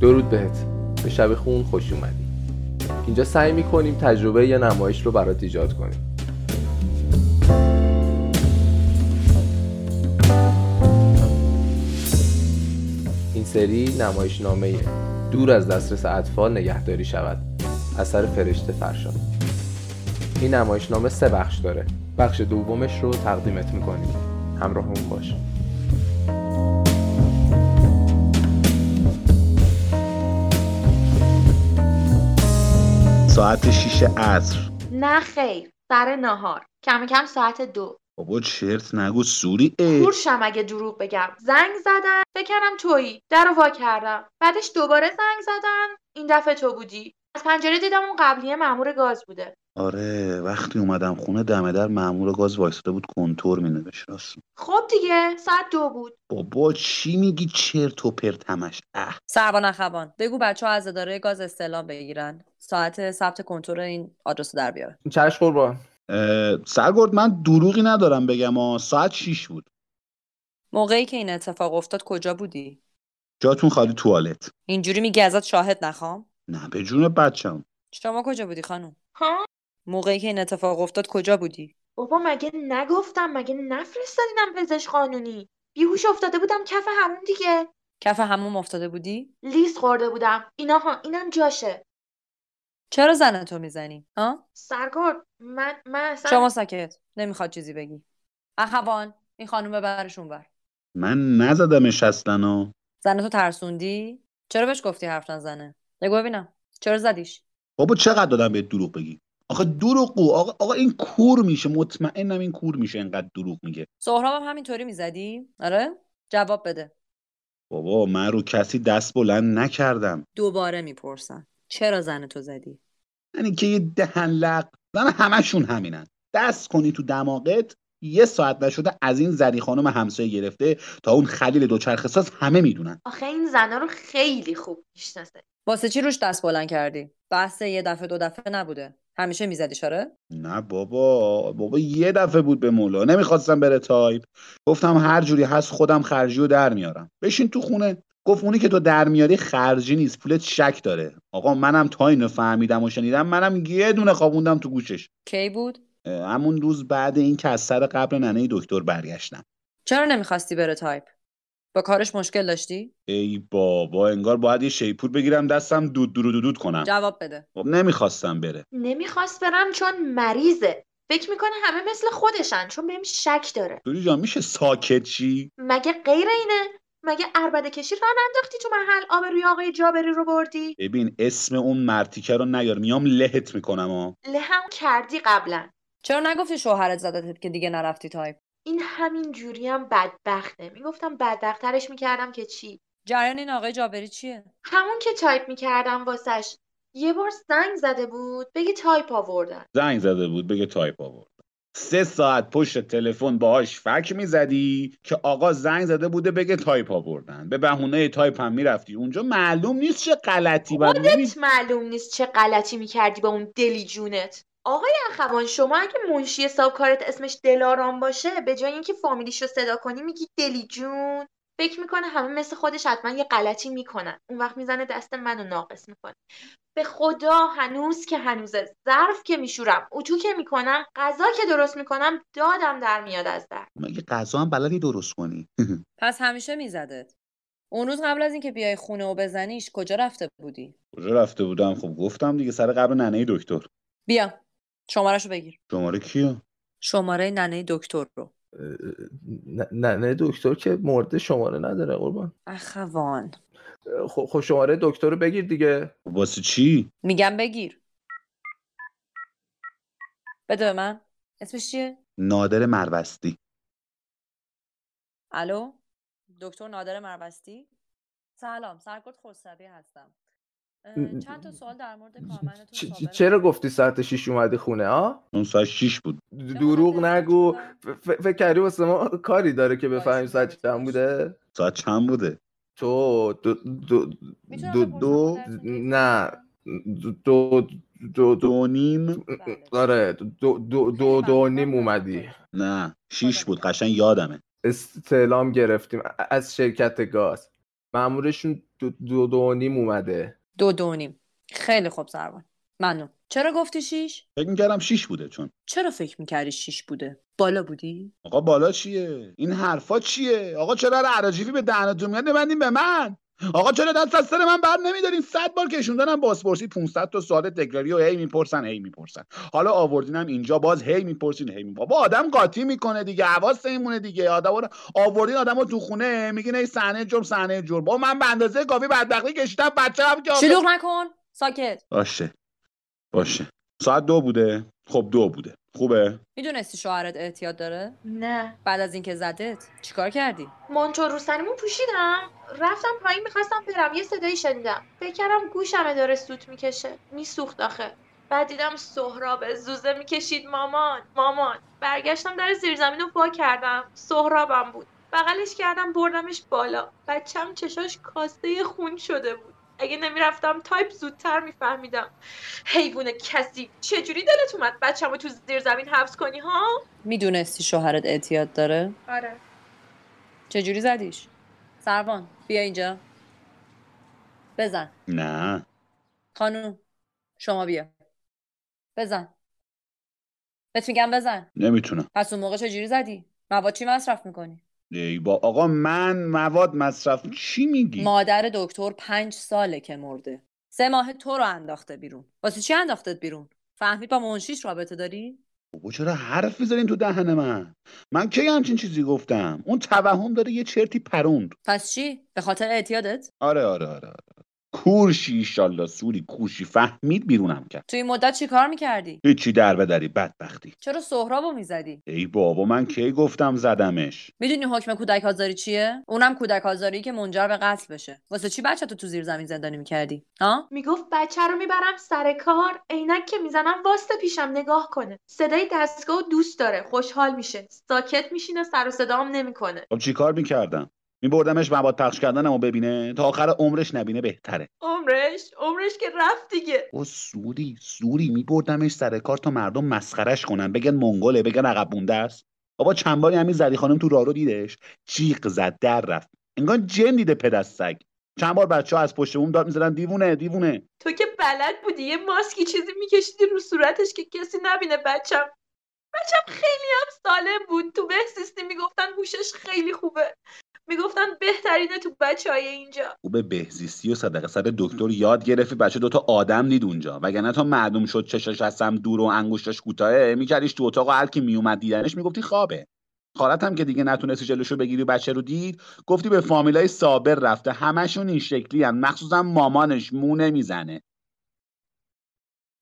درود بهت به شب خون خوش اومدی اینجا سعی میکنیم تجربه یه نمایش رو برات ایجاد کنیم این سری نمایش نامه دور از دسترس اطفال نگهداری شود اثر فرشته فرشاد این نمایش نامه سه بخش داره بخش دومش رو تقدیمت میکنیم همراه اون باش ساعت 6 عصر نه خیر سر نهار کم کم ساعت دو بابا چرت نگو سوری اه. کورشم اگه دروغ بگم زنگ زدن فکرم تویی در رو وا کردم بعدش دوباره زنگ زدن این دفعه تو بودی از پنجره دیدم اون قبلیه مامور گاز بوده آره وقتی اومدم خونه دم در مامور گاز وایساده بود کنتور می راست خب دیگه ساعت دو بود بابا چی میگی چرت و پرتمش اه سربان اخوان بگو بچه ها از اداره گاز استعلام بگیرن ساعت ثبت کنتور این آدرس رو در بیارن چش قربان اه، سرگرد من دروغی ندارم بگم ها ساعت 6 بود موقعی که این اتفاق افتاد کجا بودی جاتون خالی توالت اینجوری میگی ازت شاهد نخوام نه به جون بچم شما کجا بودی خانم ها موقعی که این اتفاق افتاد کجا بودی بابا مگه نگفتم مگه نفرستادینم پزشک قانونی بیهوش افتاده بودم کف همون دیگه کف هموم افتاده بودی لیست خورده بودم ایناها اینم جاشه چرا زن تو میزنی ها سرکار من من اصلا شما ساکت نمیخواد چیزی بگی اخوان این خانم ببرشون بر من نزدمش اصلا ها. زن تو ترسوندی چرا بهش گفتی حرف نزنه بگو ببینم چرا زدیش بابا چقدر دادم بهت دروغ بگی آخه دروغ گو آقا, آقا این کور میشه مطمئنم این کور میشه انقدر دروغ میگه سهراب هم همینطوری میزدی آره جواب بده بابا من رو کسی دست بلند نکردم دوباره میپرسم چرا زن تو زدی یعنی که یه دهن لق زن همشون همینن دست کنی تو دماغت یه ساعت نشده از این زنی خانم همسایه گرفته تا اون خلیل دوچرخه ساز همه میدونن آخه این زنا رو خیلی خوب میشناسه واسه چی روش دست بلند کردی بحث یه دفعه دو دفعه نبوده همیشه میزدیش آره نه بابا بابا یه دفعه بود به مولا نمیخواستم بره تایپ گفتم هر جوری هست خودم خرجی رو در میارم بشین تو خونه گفت اونی که تو در میاری خرجی نیست پولت شک داره آقا منم تا اینو فهمیدم و شنیدم منم یه دونه خوابوندم تو گوشش کی بود اه، همون روز بعد این که از سر قبل ننه دکتر برگشتم چرا نمیخواستی بره تایپ با کارش مشکل داشتی ای بابا انگار باید یه شیپور بگیرم دستم دود درو دود, دود کنم جواب بده خب نمیخواستم بره نمیخواست برم چون مریضه فکر میکنه همه مثل خودشن چون بهم شک داره دوری جان میشه ساکت چی مگه غیر اینه مگه اربده کشی ران انداختی تو محل آب روی آقای جابری رو بردی ببین اسم اون مرتیکه رو نیار میام لهت میکنم ها لهم کردی قبلا چرا نگفتی شوهرت زدت که دیگه نرفتی تایپ این همین جوری هم بدبخته میگفتم بدبخترش میکردم که چی جریان این آقای جابری چیه همون که تایپ میکردم واسش یه بار زنگ زده بود بگی تایپ آوردن زنگ زده بود بگه تایپ آورد سه ساعت پشت تلفن باهاش فک میزدی که آقا زنگ زده بوده بگه تایپ آوردن به بهونه تایپ هم میرفتی اونجا معلوم نیست چه غلطی بر نمی- خودت معلوم نیست چه غلطی میکردی با اون دلی جونت آقای اخوان شما اگه منشی حساب کارت اسمش دلارام باشه به جای اینکه فامیلیش رو صدا کنی میگی دلی جون فکر میکنه همه مثل خودش حتما یه غلطی میکنن اون وقت میزنه دست منو ناقص میکنه به خدا هنوز که هنوزه ظرف که میشورم اتو که میکنم غذا که درست میکنم دادم در میاد از در مگه غذا هم بلدی درست کنی پس همیشه میزدت اون روز قبل از اینکه بیای خونه و بزنیش کجا رفته بودی کجا رفته بودم خب گفتم دیگه سر قبل ننه دکتر بیا شمارهشو بگیر شماره کیه شماره ننه دکتر رو نه نه- نه دکتر که مرده شماره نداره قربان اخوان خب خب شماره دکتر رو بگیر دیگه واسه چی میگم بگیر بده به من اسمش چیه نادر مروستی الو دکتر نادر مروستی سلام سرکرد خسروی هستم اه، م- چند تا سوال در مورد کارمندتون چ- سابقه چ- چرا دارید؟ گفتی ساعت 6 اومدی خونه ها اون ساعت 6 بود د- چرا دروغ مزاحمتون نگو شدم؟ ف- ف- فکر کردی واسه ما کاری داره که باعث بفهمیم ساعت مزاحمتون چند بوده ساعت چند بوده تو دو دو می‌تونم دو, بپرسم دو مادرتون کی نه هستن؟ دو دو دو, دو دو نیم بله. آره دو دو دو, خیلی دو ممنونم. نیم ممنون اومدی خودتون. نه 6 بود قشنگ یادمه استعلام گرفتیم از شرکت گاز مامورشون دو, دو, دو و نیم اومده دو دو نیم خیلی خوب سروان ممنون چرا گفتی شیش؟ فکر میکردم شیش بوده چون چرا فکر میکردی شیش بوده؟ بالا بودی؟ آقا بالا چیه این حرفا چیه آقا چرا عراجیفی به دهن دنیا نبندین به من آقا چرا دست از سر من بر نمیدارین صد بار کشوندنم بازپرسی 500 تا سوال تکراری و هی میپرسن هی میپرسن حالا آوردینم اینجا باز هی میپرسین هی می بابا آدم قاطی میکنه دیگه حواس نمیمونه دیگه آدم رو آوردین آدمو تو خونه میگین ای صحنه جرم صحنه جرم با من به اندازه کافی بدبختی کشیدم بچه‌ام که آخه- شلوغ نکن ساکت باشه باشه ساعت دو بوده خب دو بوده خوبه میدونستی شوهرت اعتیاد داره؟ نه بعد از اینکه زدت چیکار کردی؟ مانتو روسنیمو پوشیدم رفتم پایین میخواستم برم یه صدایی شنیدم فکر کردم گوشمه داره سوت میکشه میسوخت آخه بعد دیدم سهراب زوزه میکشید مامان مامان برگشتم در زیرزمین رو وا کردم سهرابم بود بغلش کردم بردمش بالا بچم چشاش کاسته خون شده بود اگه نمیرفتم تایپ زودتر میفهمیدم حیوان کسی چجوری دلت اومد بچم رو تو زیرزمین حبس کنی ها میدونستی شوهرت اعتیاد داره؟ آره چجوری زدیش؟ سروان بیا اینجا بزن نه خانوم شما بیا بزن بهت میگم بزن نمیتونم پس اون موقع چجوری زدی؟ مواد چی مصرف میکنی؟ ای با آقا من مواد مصرف چی میگی مادر دکتر پنج ساله که مرده سه ماه تو رو انداخته بیرون واسه چی انداختت بیرون؟ فهمید با منشیش رابطه داری؟ بابا چرا حرف میزنین تو دهن من من کی همچین چیزی گفتم اون توهم داره یه چرتی پروند پس چی؟ به خاطر اعتیادت؟ آره آره آره, آره. کورشی ایشالله سوری کورشی فهمید بیرونم کرد تو این مدت چی کار میکردی؟ هیچی در بدری بدبختی چرا سهرابو میزدی؟ ای بابا من کی گفتم زدمش میدونی حکم کودک آزاری چیه؟ اونم کودک آزاری که منجر به قتل بشه. واسه چی بچه تو تو زیر زمین زندانی میکردی؟ ها؟ میگفت بچه رو میبرم سر کار عینک که میزنم واسطه پیشم نگاه کنه صدای دستگاه و دوست داره خوشحال میشه ساکت میشینه سر و صدام نمیکنه خب چیکار میکردم میبردمش مواد پخش کردنمو ببینه تا آخر عمرش نبینه بهتره عمرش عمرش که رفت دیگه او سوری سوری میبردمش سر کار تا مردم مسخرش کنن بگن منگله بگن عقب مونده است بابا چند باری همین زری خانم تو رارو دیدش جیغ زد در رفت انگار جن دیده پدست سگ چند بار بچه ها از پشت بوم داد میزدن دیوونه دیوونه تو که بلد بودی یه ماسکی چیزی میکشیدی رو صورتش که کسی نبینه بچم بچم خیلی هم سالم بود تو بهزیستی میگفتن هوشش خیلی خوبه میگفتن بهترینه تو بچه های اینجا او به بهزیستی و صدقه سر دکتر یاد گرفت بچه دوتا آدم دید اونجا وگرنه تا معلوم شد چشاش از هم دور و انگشتاش کوتاهه میکردیش تو اتاق و هر کی میومد دیدنش میگفتی خوابه خالت هم که دیگه نتونستی جلوشو بگیری و بچه رو دید گفتی به فامیلای صابر رفته همشون این شکلی هم مخصوصا مامانش مو نمیزنه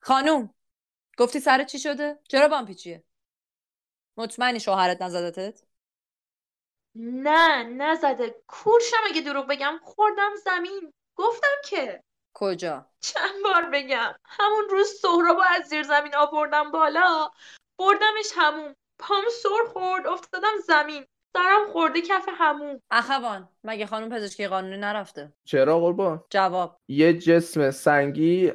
خانوم گفتی سر چی شده؟ چرا بام پیچیه؟ مطمئنی شوهرت نزدتت؟ نه نزده کورشم اگه دروغ بگم خوردم زمین گفتم که کجا؟ چند بار بگم همون روز سهرابو از زیر زمین آوردم بالا بردمش هموم پام سر خورد افتادم زمین سرم خورده کف هموم اخوان مگه خانم پزشکی قانونی نرفته؟ چرا قربان جواب یه جسم سنگی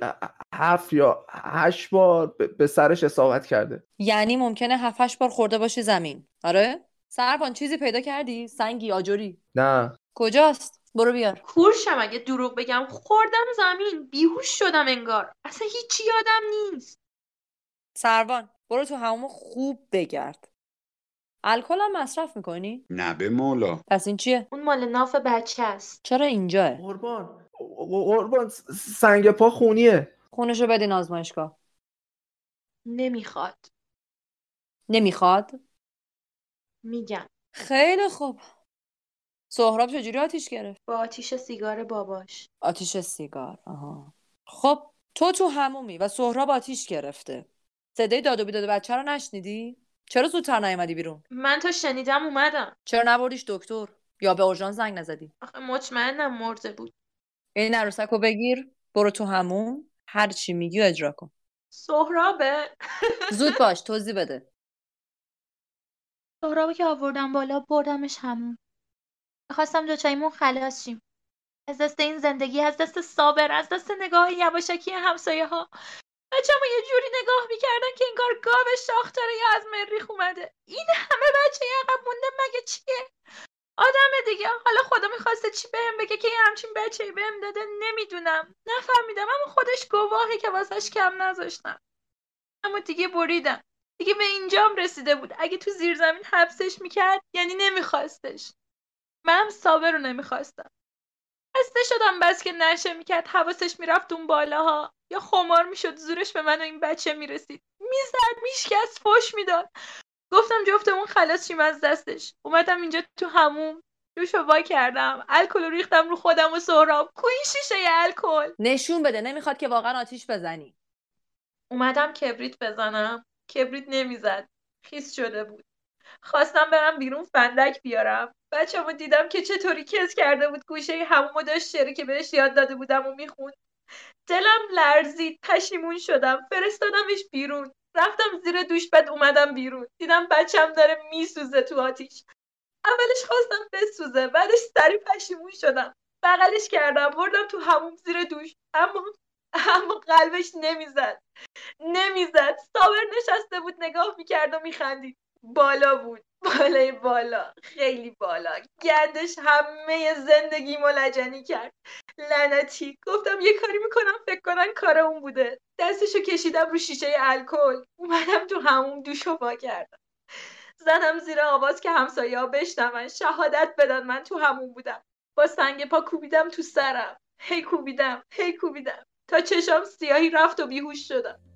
هفت یا هشت بار به- به سرش اصابت کرده یعنی ممکنه هفتش بار خورده باشی زمین آره؟ سربان چیزی پیدا کردی؟ سنگی آجری نه کجاست؟ برو بیار کورشم اگه دروغ بگم خوردم زمین بیهوش شدم انگار اصلا هیچی یادم نیست سروان برو تو همون خوب بگرد الکل هم مصرف میکنی؟ نه به مولا پس این چیه؟ اون مال ناف بچه است چرا اینجاه؟ قربان قربان س- سنگ پا خونیه خونشو بدین آزمایشگاه نمیخواد نمیخواد؟ میگم خیلی خوب سهراب چجوری آتیش گرفت؟ با آتیش سیگار باباش آتیش سیگار آها خب تو تو همومی و سهراب آتیش گرفته صدای داد و بیداد بچه رو نشنیدی چرا زودتر نیومدی بیرون من تا شنیدم اومدم چرا نبردیش دکتر یا به اورژانس زنگ نزدی آخه مطمئنم مرده بود این عروسک رو بگیر برو تو هموم هر چی میگی و اجرا کن سهرابه زود باش توضیح بده سهرابو که آوردم بالا بردمش همون میخواستم دوچایمون خلاص شیم از دست این زندگی از دست صابر از دست نگاه یواشکی همسایه ها بچه ما یه جوری نگاه میکردن که انگار گاو شاخ داره یا از مریخ اومده این همه بچه یه عقب مونده مگه چیه آدم دیگه آقا حالا خدا میخواسته چی بهم بگه که یه همچین بچه بهم داده نمیدونم نفهمیدم اما خودش گواهه که واسش کم نذاشتم اما دیگه بریدم دیگه به اینجام رسیده بود اگه تو زیرزمین حبسش میکرد یعنی نمیخواستش منم صابر رو نمیخواستم خسته شدم بس که نشه میکرد حواسش میرفت اون بالاها یا خمار میشد زورش به من و این بچه میرسید میزد میشکست فش میداد گفتم جفتمون خلاص شیم از دستش اومدم اینجا تو هموم دوش رو وا کردم الکل رو ریختم رو خودم و سهراب کو این شیشه الکل نشون بده نمیخواد که واقعا آتیش بزنی اومدم کبریت بزنم کبریت نمیزد خیس شده بود خواستم برم بیرون فندک بیارم بچه‌مو دیدم که چطوری کس کرده بود گوشه همومو داشت شعری که بهش یاد داده بودم و میخوند دلم لرزید پشیمون شدم فرستادمش بیرون رفتم زیر دوش بعد اومدم بیرون دیدم بچم داره میسوزه تو آتیش اولش خواستم بسوزه بعدش سری پشیمون شدم بغلش کردم بردم تو هموم زیر دوش اما اما قلبش نمیزد نمیزد صابر نشسته بود نگاه میکرد و میخندید بالا بود بالای بالا خیلی بالا گردش همه زندگی لجنی کرد لعنتی گفتم یه کاری میکنم فکر کنن کار اون بوده دستشو کشیدم رو شیشه الکل اومدم تو همون دوش و وا کردم زدم زیر آواز که همسایه ها بشنون شهادت بدن من تو همون بودم با سنگ پا کوبیدم تو سرم هی کوبیدم هی کوبیدم تا چشام سیاهی رفت و بیهوش شدم